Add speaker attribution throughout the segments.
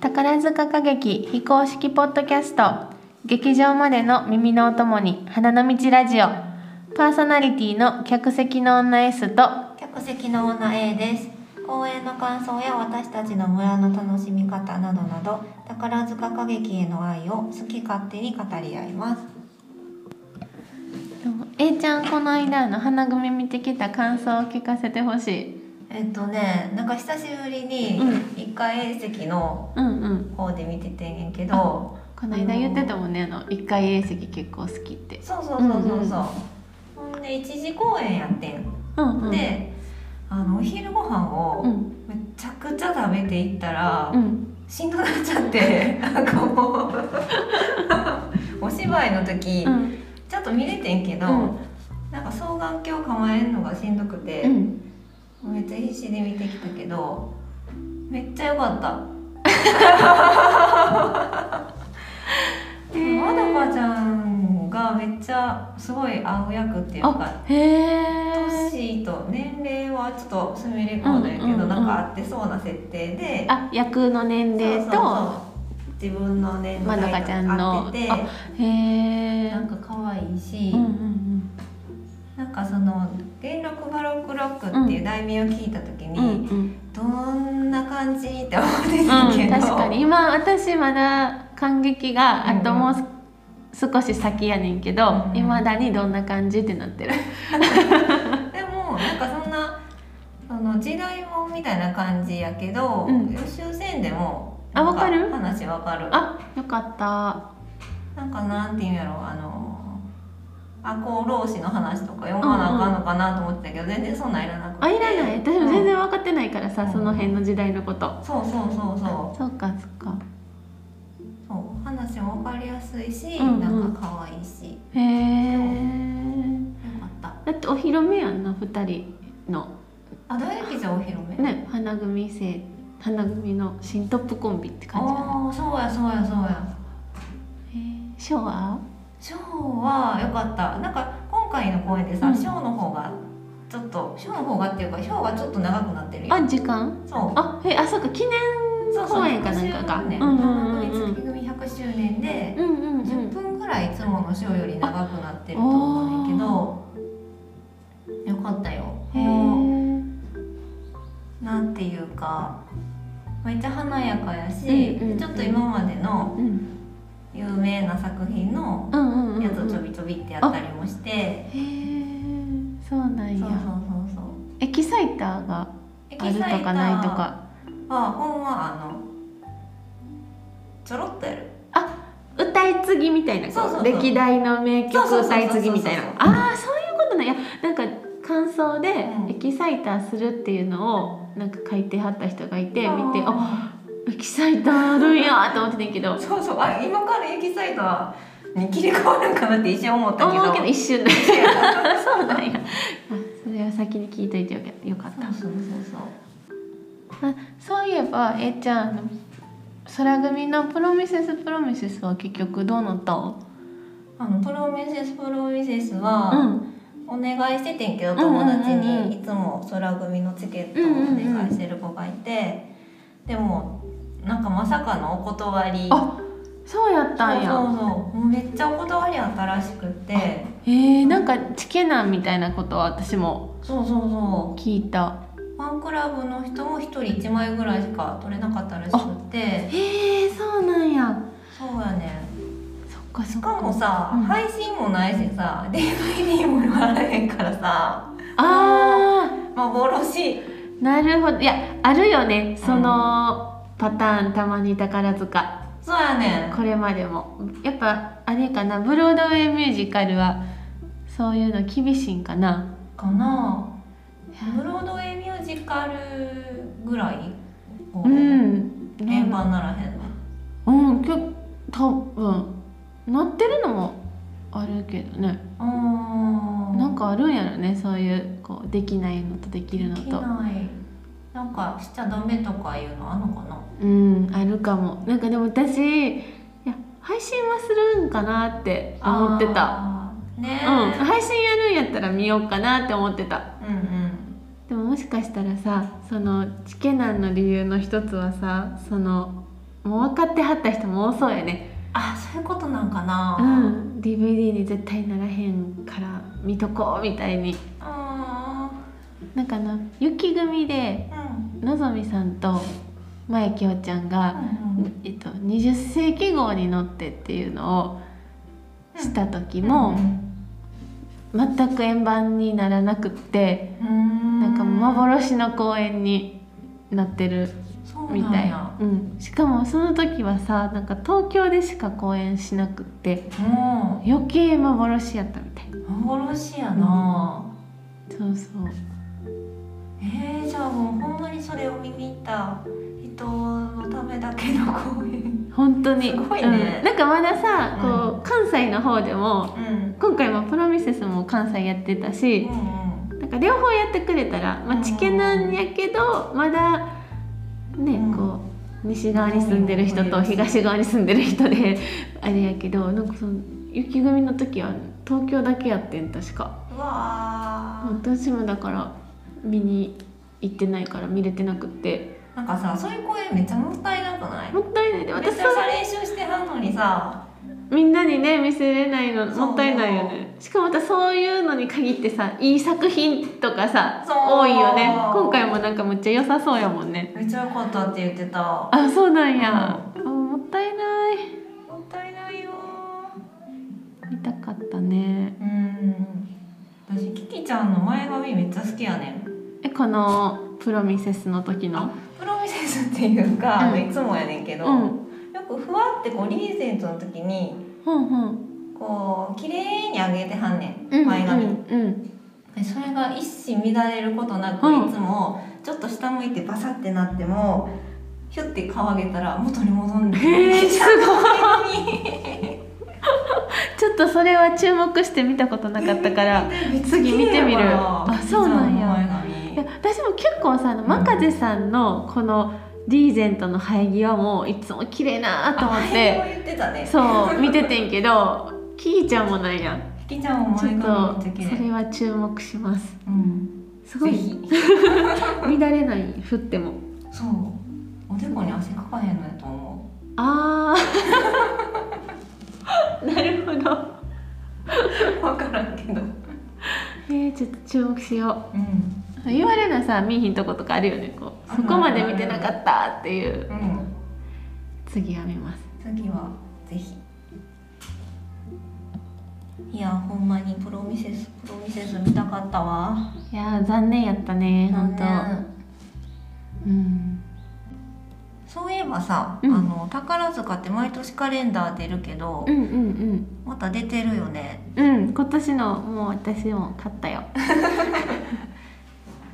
Speaker 1: 宝塚歌劇非公式ポッドキャスト劇場までの耳のお供に花の道ラジオパーソナリティの客席の女 S と
Speaker 2: 客席の女 A です公演の感想や私たちの村の楽しみ方などなど宝塚歌劇への愛を好き勝手に語り合います
Speaker 1: でも A ちゃんこの間の花組見てきた感想を聞かせてほしい
Speaker 2: えっとねなんか久しぶりに
Speaker 1: うん
Speaker 2: 一回 A 席の
Speaker 1: うんうん
Speaker 2: 方で見ててんやけど、
Speaker 1: この間言ってたもんねあの一回 A 席結構好きって
Speaker 2: そうそうそうそうそう、ほんで一時公演やってん、
Speaker 1: うんうん
Speaker 2: であのお昼ご飯
Speaker 1: う
Speaker 2: を
Speaker 1: ん
Speaker 2: めちゃくちゃ食べていったら、
Speaker 1: うん
Speaker 2: しんどなっちゃって なんかもうお芝居の時、
Speaker 1: うん
Speaker 2: ちょっと見れてんけど、
Speaker 1: うん
Speaker 2: なんか双眼鏡構えるのがしんどくて
Speaker 1: う、ん
Speaker 2: めっちゃ必死で見てきたけどめっちゃ良か った。
Speaker 1: え
Speaker 2: でも
Speaker 1: ー
Speaker 2: まだかちゃんがめっちゃすごい合う役っていうか
Speaker 1: あへえ
Speaker 2: 年と年齢はちょっとすみれコードやけど、
Speaker 1: うんうんうん
Speaker 2: なんか合ってそうな設定で
Speaker 1: あ役の年齢
Speaker 2: そうそう
Speaker 1: と
Speaker 2: そう自分の年
Speaker 1: まど
Speaker 2: 代
Speaker 1: かちゃん
Speaker 2: と
Speaker 1: の
Speaker 2: 合ってて
Speaker 1: あへえ
Speaker 2: なんか可愛いし、
Speaker 1: うんうん
Speaker 2: なんかその「元禄バロックロック」っていう題名を聞いた時に、
Speaker 1: うんうんうん
Speaker 2: どんな感じって思って
Speaker 1: うん
Speaker 2: たけど、
Speaker 1: 確かに今私まだ感激があと
Speaker 2: うん
Speaker 1: もうす少し先やねんけど
Speaker 2: うん
Speaker 1: いま、未だにどんな感じってなってる
Speaker 2: でもなんかそんなその時代もみたいな感じやけど、
Speaker 1: うん
Speaker 2: 予習せんでも
Speaker 1: あ
Speaker 2: なん
Speaker 1: わかる
Speaker 2: 話わかる
Speaker 1: あよかった
Speaker 2: なんかなんていうんやろあの赤穂浪士の話とか読まなあかんのかなと思ってたけど、全然そんなんいらなくて
Speaker 1: あいらない私も全
Speaker 2: うん
Speaker 1: 然分かってないからさ、
Speaker 2: うん
Speaker 1: その辺の時代のこと
Speaker 2: そうそうそうそう
Speaker 1: そうかそうか
Speaker 2: そう話もわかりやすいし、
Speaker 1: うんうん
Speaker 2: なんか可愛いしよ
Speaker 1: へえ
Speaker 2: かった
Speaker 1: だってお披露目やんな2人の
Speaker 2: あ大劇場お披露目
Speaker 1: ね花組生花組の新トップコンビって感じやな
Speaker 2: ああそうやそうやそうや
Speaker 1: へーショーは
Speaker 2: ショーは良かったなんか今回の公演でさ、
Speaker 1: うん
Speaker 2: ショーの方がちょっとショーの方がっていうかショーがちょっと長くなってるよ
Speaker 1: あ時間
Speaker 2: そう
Speaker 1: あえあそうか記念
Speaker 2: そうそう
Speaker 1: 公演かなんかか
Speaker 2: 100周年
Speaker 1: うん
Speaker 2: 花
Speaker 1: うんうんうん
Speaker 2: 組月組100周年で
Speaker 1: うんうんう
Speaker 2: 10
Speaker 1: ん
Speaker 2: 分ぐらいいつものショーより長くなってると思うんだけどよかったよ
Speaker 1: へ
Speaker 2: も
Speaker 1: ー
Speaker 2: うなんていうかめっちゃ華やかやし、
Speaker 1: うんうん
Speaker 2: ちょっと今までの
Speaker 1: うん
Speaker 2: 有名な作品の
Speaker 1: うんうんうんうん
Speaker 2: やつをちょびちょびってやったりもして、
Speaker 1: へーそうなん
Speaker 2: そうそう
Speaker 1: や
Speaker 2: そうそう
Speaker 1: エキサイターが
Speaker 2: エ
Speaker 1: あ
Speaker 2: キ
Speaker 1: ると
Speaker 2: サイタ
Speaker 1: か
Speaker 2: ー
Speaker 1: ないとか
Speaker 2: はほんまあのちょろっとやる
Speaker 1: 歌い継ぎみたいなこ
Speaker 2: そうそうそう
Speaker 1: 歴代の名曲
Speaker 2: そうそうそうそう
Speaker 1: 歌い継ぎみたいな
Speaker 2: そうそう
Speaker 1: ああそういうことなんやなんか感想で
Speaker 2: うん
Speaker 1: エキサイターするっていうのをなんか書いてはった人がいて見てあ
Speaker 2: あ
Speaker 1: エキサイターあるんやと思ってたんやけど
Speaker 2: そうそうあ今からエキサイターに切り替わるんかなって一瞬思ったけど
Speaker 1: 思うけど
Speaker 2: 一
Speaker 1: 一瞬だ
Speaker 2: 瞬
Speaker 1: そうなんや あそれは先に聞いといてよかよかった
Speaker 2: そうそうそう
Speaker 1: あそういえばえーちゃんあの空組のプロミセスプロミセスは結局どうなったん
Speaker 2: あのプロミセスプロミセス
Speaker 1: う
Speaker 2: は、
Speaker 1: ん
Speaker 2: お願いしててんけど
Speaker 1: んうんうんうん
Speaker 2: 友達にいつも空組のチケットをお願いしてる子がいて、でもなんかまさかのお断り
Speaker 1: あそうやったんや
Speaker 2: そうそうそうもうめっちゃお断りあったらしくて
Speaker 1: えー、なんかチケナンみたいなことは私も
Speaker 2: そうそうそう
Speaker 1: 聞いた
Speaker 2: ファンクラブの人も1人1枚ぐらいしか取れなかったらしくて
Speaker 1: へえー、そうなんや
Speaker 2: そうやね
Speaker 1: そっかそ
Speaker 2: し
Speaker 1: っか
Speaker 2: かもさ、
Speaker 1: うん
Speaker 2: 配信もないしさ DVD もあらへんからさ
Speaker 1: あ
Speaker 2: 幻
Speaker 1: ーなるほどいやあるよねその、パターンたまに宝塚
Speaker 2: そうやねん
Speaker 1: これまでもやっぱあれかなブロードウェイミュージカルはそういうの厳しいんかな
Speaker 2: かなブロードウェイミュージカルぐらいこ
Speaker 1: う
Speaker 2: う、円
Speaker 1: ん
Speaker 2: 円盤ならへんの
Speaker 1: うんきょ多分なってるのもあるけどね
Speaker 2: あー
Speaker 1: なんかあるんやろねそういうこうできないのとできるの
Speaker 2: でき
Speaker 1: と
Speaker 2: ないなんかしちゃダメとかいうのあんのかな
Speaker 1: うんあるかもなんかでも私いや配信はするんかなって思ってた
Speaker 2: あーね
Speaker 1: うん
Speaker 2: え、
Speaker 1: 配信やるんやったら見ようかなって思ってた
Speaker 2: うんうん
Speaker 1: でももしかしたらさそのチケナンの理由の一つはさそのもう分かってはった人も多そうやね
Speaker 2: あそういうことなんかな
Speaker 1: うん DVD に絶対ならへんから見とこうみたいに
Speaker 2: あ
Speaker 1: なんかあの雪組で
Speaker 2: ーうん
Speaker 1: のぞみさんと前きょちゃんが、
Speaker 2: うんうん
Speaker 1: えっと、20世紀号に乗ってっていうのをした時も、全く円盤にならなくって、
Speaker 2: うんうん
Speaker 1: なんか幻の公園になってる
Speaker 2: そう
Speaker 1: み
Speaker 2: なん
Speaker 1: たい
Speaker 2: や
Speaker 1: うん、しかもその時はさなんか東京でしか公演しなくって
Speaker 2: も
Speaker 1: 余計幻やったみたいう
Speaker 2: 幻やな、
Speaker 1: そうそう
Speaker 2: えー、じゃあもうほんまにそれを見に行った人のためだけの公演
Speaker 1: 本当に
Speaker 2: すごいね
Speaker 1: うん、なんかまださこう、関西の方でも
Speaker 2: うんうん
Speaker 1: 今回もプロミセスも関西やってたし、なんか両方やってくれたら、まあ、チケなんやけど、まだね、
Speaker 2: うん
Speaker 1: こう西側に住んでる人と東側に住んでる人であれやけどなんかその雪組の時は東京だけやってん確か
Speaker 2: うわー、
Speaker 1: 私もだから見に行ってないから見れてなくって
Speaker 2: なんかさそういう公演めっちゃもったいなくない
Speaker 1: もったいないで
Speaker 2: めっ
Speaker 1: 私
Speaker 2: ち
Speaker 1: さ
Speaker 2: ゃさ練習してはんのにさ
Speaker 1: みんなにね見せれないの
Speaker 2: そう
Speaker 1: もったいないよねしかもまたそういうのに限ってさいい作品とかさ
Speaker 2: そう
Speaker 1: 多いよね今回もなんかむっちゃ良さそうやもんね
Speaker 2: めっちゃ良かったって言ってたも
Speaker 1: あそうなんや、あもったいない
Speaker 2: ったいないよ
Speaker 1: 見たかったね
Speaker 2: ーうん私キキちゃんの前髪めっちゃ好きやねん
Speaker 1: えこのプロミセスの時の
Speaker 2: プロミセスっていうか、
Speaker 1: うん
Speaker 2: いつもやねんけ
Speaker 1: う
Speaker 2: ど、
Speaker 1: ん
Speaker 2: よくふわってこうリーゼントの時に
Speaker 1: ほんほん
Speaker 2: こう綺麗に上げてはんね
Speaker 1: うんん
Speaker 2: 前髪、
Speaker 1: うんうん
Speaker 2: でそれが一糸乱れることなく、
Speaker 1: うん
Speaker 2: いつもちょっと下向いてバサってなってもひゅって顔上げたら元に戻んねん
Speaker 1: へーす
Speaker 2: ごい
Speaker 1: ちょっとそれは注目して見たことなかったから次見てみるあそうなんや
Speaker 2: 前髪
Speaker 1: いや私も結構さあの真風さんのこのリーゼントの生え際もいつも綺麗なと思っ
Speaker 2: あ
Speaker 1: て
Speaker 2: 前髪言ってたね
Speaker 1: そう見ててんけどキーちゃんもなんや
Speaker 2: ひきちゃんも
Speaker 1: ちょ
Speaker 2: 前
Speaker 1: っ
Speaker 2: 髪
Speaker 1: と
Speaker 2: めっ
Speaker 1: そ
Speaker 2: ちゃ綺麗
Speaker 1: れは注目します
Speaker 2: うん
Speaker 1: すご
Speaker 2: ぜ
Speaker 1: い
Speaker 2: ひ
Speaker 1: 乱れない振っても
Speaker 2: そうおでこに汗かかへんのやと思
Speaker 1: あー なるほど
Speaker 2: う分からんけどうん
Speaker 1: えー、ちょっと注目しよう言われなさ見えひんとことかあるよねこうそこまで見てなかったっていう
Speaker 2: うん
Speaker 1: 次は見ます
Speaker 2: 次はぜひいやほんまにプロミセスプロミセス見たかったわ
Speaker 1: いやー残念やったね本当
Speaker 2: 残
Speaker 1: うん
Speaker 2: 念そういえばさ、
Speaker 1: うん
Speaker 2: あの宝塚って毎年カレンダー出るけど、
Speaker 1: うんうんうん
Speaker 2: また出てるよね
Speaker 1: うん今年のもう私も買ったよ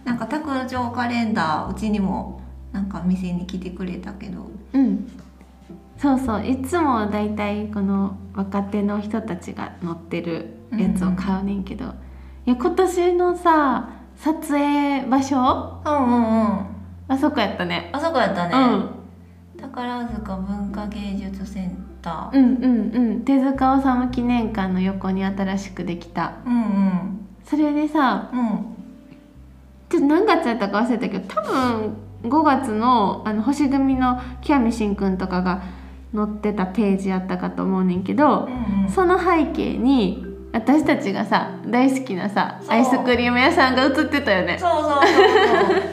Speaker 2: なんか卓上カレンダーうちにもなんか店に来てくれたけど
Speaker 1: うんそうそういつもだいたいこの若手の人たちが乗ってるやつを買うねんけど、いや今年のさ撮影場所
Speaker 2: うんうんうん
Speaker 1: あそこやったね
Speaker 2: あそこやったね、
Speaker 1: うん
Speaker 2: 宝塚文化芸術センター
Speaker 1: うんうんうん手塚治虫記念館の横に新しくできた
Speaker 2: うんうん
Speaker 1: それでさ
Speaker 2: うん
Speaker 1: ちょっと何月やったか忘れたけど多分5月のあの星組の極見慎くんとかが載ってたページやったかと思うねんけど、
Speaker 2: うんうん
Speaker 1: その背景に私たちがさ大好きなさ
Speaker 2: そう
Speaker 1: アイスクリーム屋さんが映ってたよ
Speaker 2: そうそうそう
Speaker 1: ね。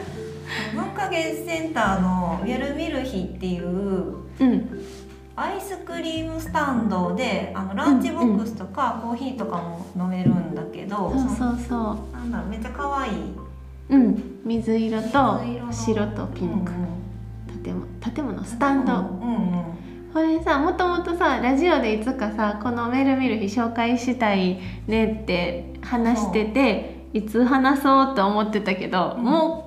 Speaker 2: そう文化芸術センターの「ゆるみる日」っていう
Speaker 1: うん、
Speaker 2: アイスクリームスタンドであのランチボックスとかコーヒーとかも飲めるんだけ
Speaker 1: そう
Speaker 2: ど、そ
Speaker 1: そ
Speaker 2: の
Speaker 1: うそ。
Speaker 2: なんだろうめっちゃ可愛いう
Speaker 1: うん、水色と
Speaker 2: 水色の
Speaker 1: 白とピンク
Speaker 2: うん
Speaker 1: 建物建物
Speaker 2: うん
Speaker 1: スタン
Speaker 2: うん
Speaker 1: ド。
Speaker 2: うん
Speaker 1: これさもともとさラジオでいつかさこの「メール見る日」紹介したいねって話してていつ話そうと思ってたけど、
Speaker 2: うん
Speaker 1: もう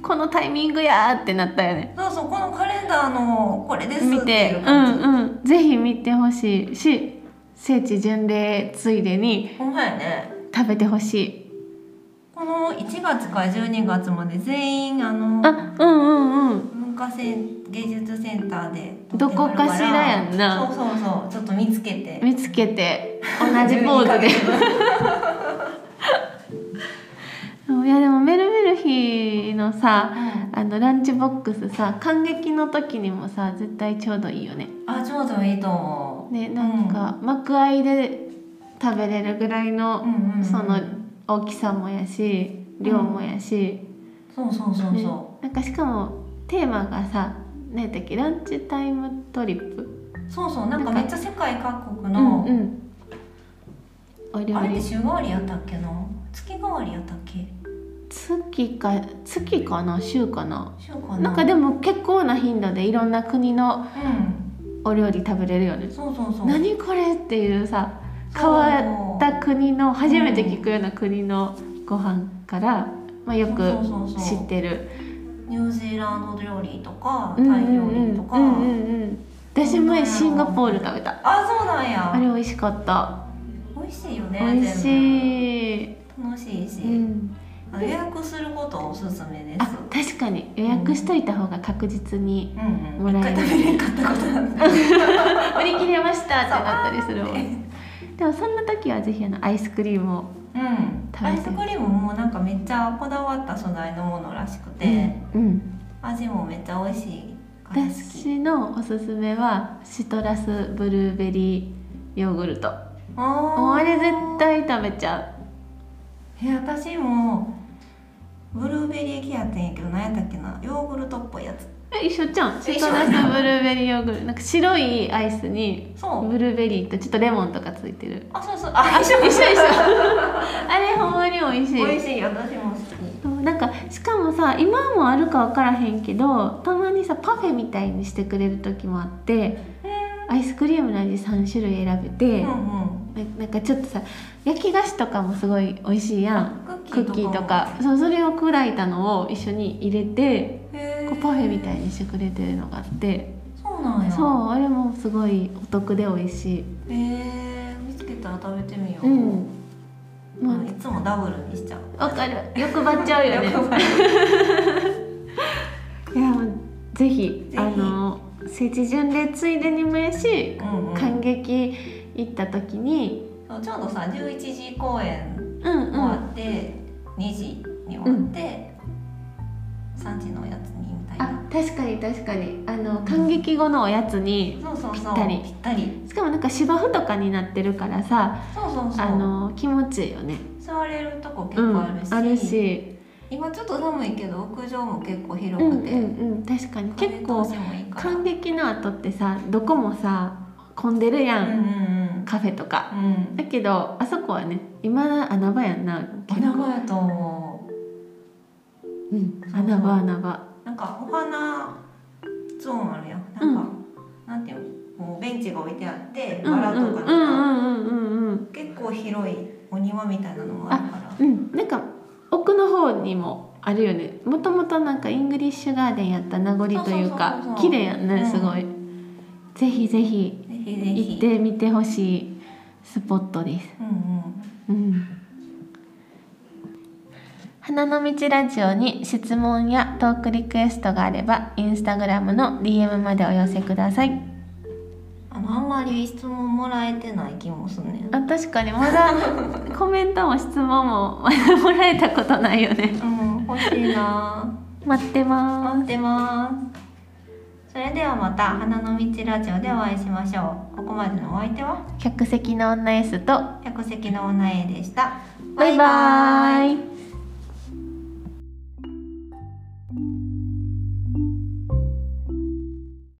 Speaker 1: このタイミングやーってなったよね。
Speaker 2: そうそうこのカレンダーのこれです
Speaker 1: 見
Speaker 2: ってい
Speaker 1: て
Speaker 2: う
Speaker 1: う
Speaker 2: 感じ、
Speaker 1: んうんぜひ見てほしいし聖地巡礼ついでに
Speaker 2: ほんまやね
Speaker 1: 食べてほしい
Speaker 2: この1月から12月まで全員あの
Speaker 1: あうんうんうん
Speaker 2: 文化セン芸術センターで
Speaker 1: どこかしらやんな
Speaker 2: そうそうそうちょっと見つけて
Speaker 1: 見つけて同じポーズで いやでもメルメル日のさあのランチボックスさ感激の時にもさ絶対ちょうどいいよね
Speaker 2: あちょうどいいと思、
Speaker 1: ねなんか、幕開いで食べれるぐらいうの
Speaker 2: うんうんうん、
Speaker 1: その大きさもやし量もやし、
Speaker 2: そうそうそう
Speaker 1: ね
Speaker 2: そ
Speaker 1: なんかしかもテーマがさ何やったっけランチタイムトリップ
Speaker 2: うそうそうなんかめっちゃ世界各国
Speaker 1: の、
Speaker 2: の、
Speaker 1: うんうん、お料
Speaker 2: あれって
Speaker 1: 理
Speaker 2: 週替わりやったっけな月替わりやったっけ
Speaker 1: 月か月かな週かな
Speaker 2: 週かな
Speaker 1: なんかでも結構な頻度でいろんな国の
Speaker 2: うん
Speaker 1: お料理食べれるよね
Speaker 2: そうそうそう
Speaker 1: 何これっていうさ変
Speaker 2: そう
Speaker 1: わった国の初めて聞くような国のご飯から、まあ、よく
Speaker 2: そうそうそう
Speaker 1: 知
Speaker 2: そう
Speaker 1: ってる
Speaker 2: ニュージーランド料理とか
Speaker 1: うんう
Speaker 2: タイ料
Speaker 1: ん
Speaker 2: 理とか、
Speaker 1: うんうんうん私前シンガポール食べた
Speaker 2: あそうなんや
Speaker 1: あれ美味しかった
Speaker 2: 美味しいよね
Speaker 1: 美味
Speaker 2: 全
Speaker 1: しい、
Speaker 2: 部楽しいし、
Speaker 1: うん、
Speaker 2: 予約することをおすすめで
Speaker 1: あ
Speaker 2: す
Speaker 1: 確かに予約しといた方が確実に
Speaker 2: うん
Speaker 1: も
Speaker 2: うん、一
Speaker 1: らえ
Speaker 2: 回
Speaker 1: る
Speaker 2: 食べれんかったことな んだ
Speaker 1: 売り切れましたってなったりするもん
Speaker 2: う
Speaker 1: でもそんな時はぜひあのアイスクリームを
Speaker 2: ん
Speaker 1: 食べて
Speaker 2: アイスクリームもなんかめっちゃこだわった素材のものらしくて、
Speaker 1: うん
Speaker 2: 味もめっちゃ美味しいから好き
Speaker 1: 私のおすすめはシトラスブルーベリーヨーグルトもう
Speaker 2: あ
Speaker 1: あれ絶対食べちゃ
Speaker 2: え私もブルーベリー系やってんやけど何やったっけなヨーグルトっぽいやつ
Speaker 1: うえ一緒じゃん
Speaker 2: え
Speaker 1: シ
Speaker 2: 一緒
Speaker 1: トラスブルーベリーヨーグルトなんか白いアイスに
Speaker 2: そう
Speaker 1: ブルーベリーとちょっとレモンとかついてる
Speaker 2: あそうそうあ
Speaker 1: あ一緒一緒一緒あれほんまに美味しい
Speaker 2: 美味しい私も好き
Speaker 1: そうなんかしかもさ今もあるか分からへんけどたまにさパフェみたいにしてくれる時もあってアイスクリームの味3種類選べ
Speaker 2: う
Speaker 1: て、
Speaker 2: んうん
Speaker 1: ななんかちょっとさ焼き菓子とかもすごい美味しいやん
Speaker 2: ク
Speaker 1: クッ
Speaker 2: ッキ
Speaker 1: キ
Speaker 2: ー
Speaker 1: ー
Speaker 2: と
Speaker 1: と
Speaker 2: か
Speaker 1: かそうそれを砕いたのを一緒に入れて
Speaker 2: へ
Speaker 1: こ
Speaker 2: ー
Speaker 1: うパフェみたいにしてくれてるのがあって
Speaker 2: そうなんや
Speaker 1: そうあれもすごいお得で美味しい。
Speaker 2: へえ見つけたら食べてみよう、
Speaker 1: うんま
Speaker 2: いつもダブルにしち ゃう
Speaker 1: あ、わかる欲張っちゃうよね
Speaker 2: よくわかる
Speaker 1: いやぜひ
Speaker 2: ぜひ
Speaker 1: あの聖地巡礼ついでにもやし
Speaker 2: うんうん
Speaker 1: 感激行った時に
Speaker 2: そうちょうどさ11時公演
Speaker 1: うんう
Speaker 2: 終
Speaker 1: ん
Speaker 2: わって、2時に終わって、3時のやつにみたい
Speaker 1: あ
Speaker 2: な
Speaker 1: 確かに確かにあの感激後のおやつに
Speaker 2: そうそうそう
Speaker 1: ぴったり
Speaker 2: ぴったり
Speaker 1: しかもなんか芝生とかになってるからさ
Speaker 2: そうそうそう
Speaker 1: あの気持ちいいよね
Speaker 2: 座れるとこ結
Speaker 1: うん
Speaker 2: 構あるし,、
Speaker 1: あるし
Speaker 2: 今ちょっと寒いけど屋上も結構広
Speaker 1: うんう
Speaker 2: く
Speaker 1: ん
Speaker 2: て、
Speaker 1: うん確かに結構
Speaker 2: 風通しもいいから
Speaker 1: 感激の後ってさどこもさ混んでるや
Speaker 2: うんうん
Speaker 1: ん、
Speaker 2: うん
Speaker 1: カフェとか
Speaker 2: うん
Speaker 1: だけどあそこはね今穴場やんな結構
Speaker 2: 穴場やと思
Speaker 1: うん
Speaker 2: そう
Speaker 1: 穴場穴場
Speaker 2: うなんかお花ゾーンあるやんなんか、なんていうのもうベンチが置いてあってバラとかなんか、
Speaker 1: うんうんうんうんうんうん
Speaker 2: 結構広いお庭みたいなのもあるか
Speaker 1: う
Speaker 2: ら
Speaker 1: んなんか奥の方にもあるよねもともとなんかイングリッシュガーデンやった名残というか
Speaker 2: そうそうそうそう
Speaker 1: 綺麗やん
Speaker 2: う
Speaker 1: ね
Speaker 2: ん
Speaker 1: すごい、ぜひぜひ
Speaker 2: ぜひぜ
Speaker 1: 行
Speaker 2: ひ
Speaker 1: ってみてほしいスポットです
Speaker 2: うんう
Speaker 1: う
Speaker 2: ん
Speaker 1: ん花の道ラジオに質問やトークリクエストがあればインスタグラムの DM までお寄せください
Speaker 2: あのあんまり質問もらえてない気もすんねん
Speaker 1: あ確かにまだコメントも質問もまだもらえたことないよね
Speaker 2: うん欲しいな
Speaker 1: 待ってま
Speaker 2: 待ってますそれではまた花の道ラジオでお会いしましょうここまでのお相手は
Speaker 1: す客席の女 S と
Speaker 2: 客席の女 A でした
Speaker 1: バイバーイ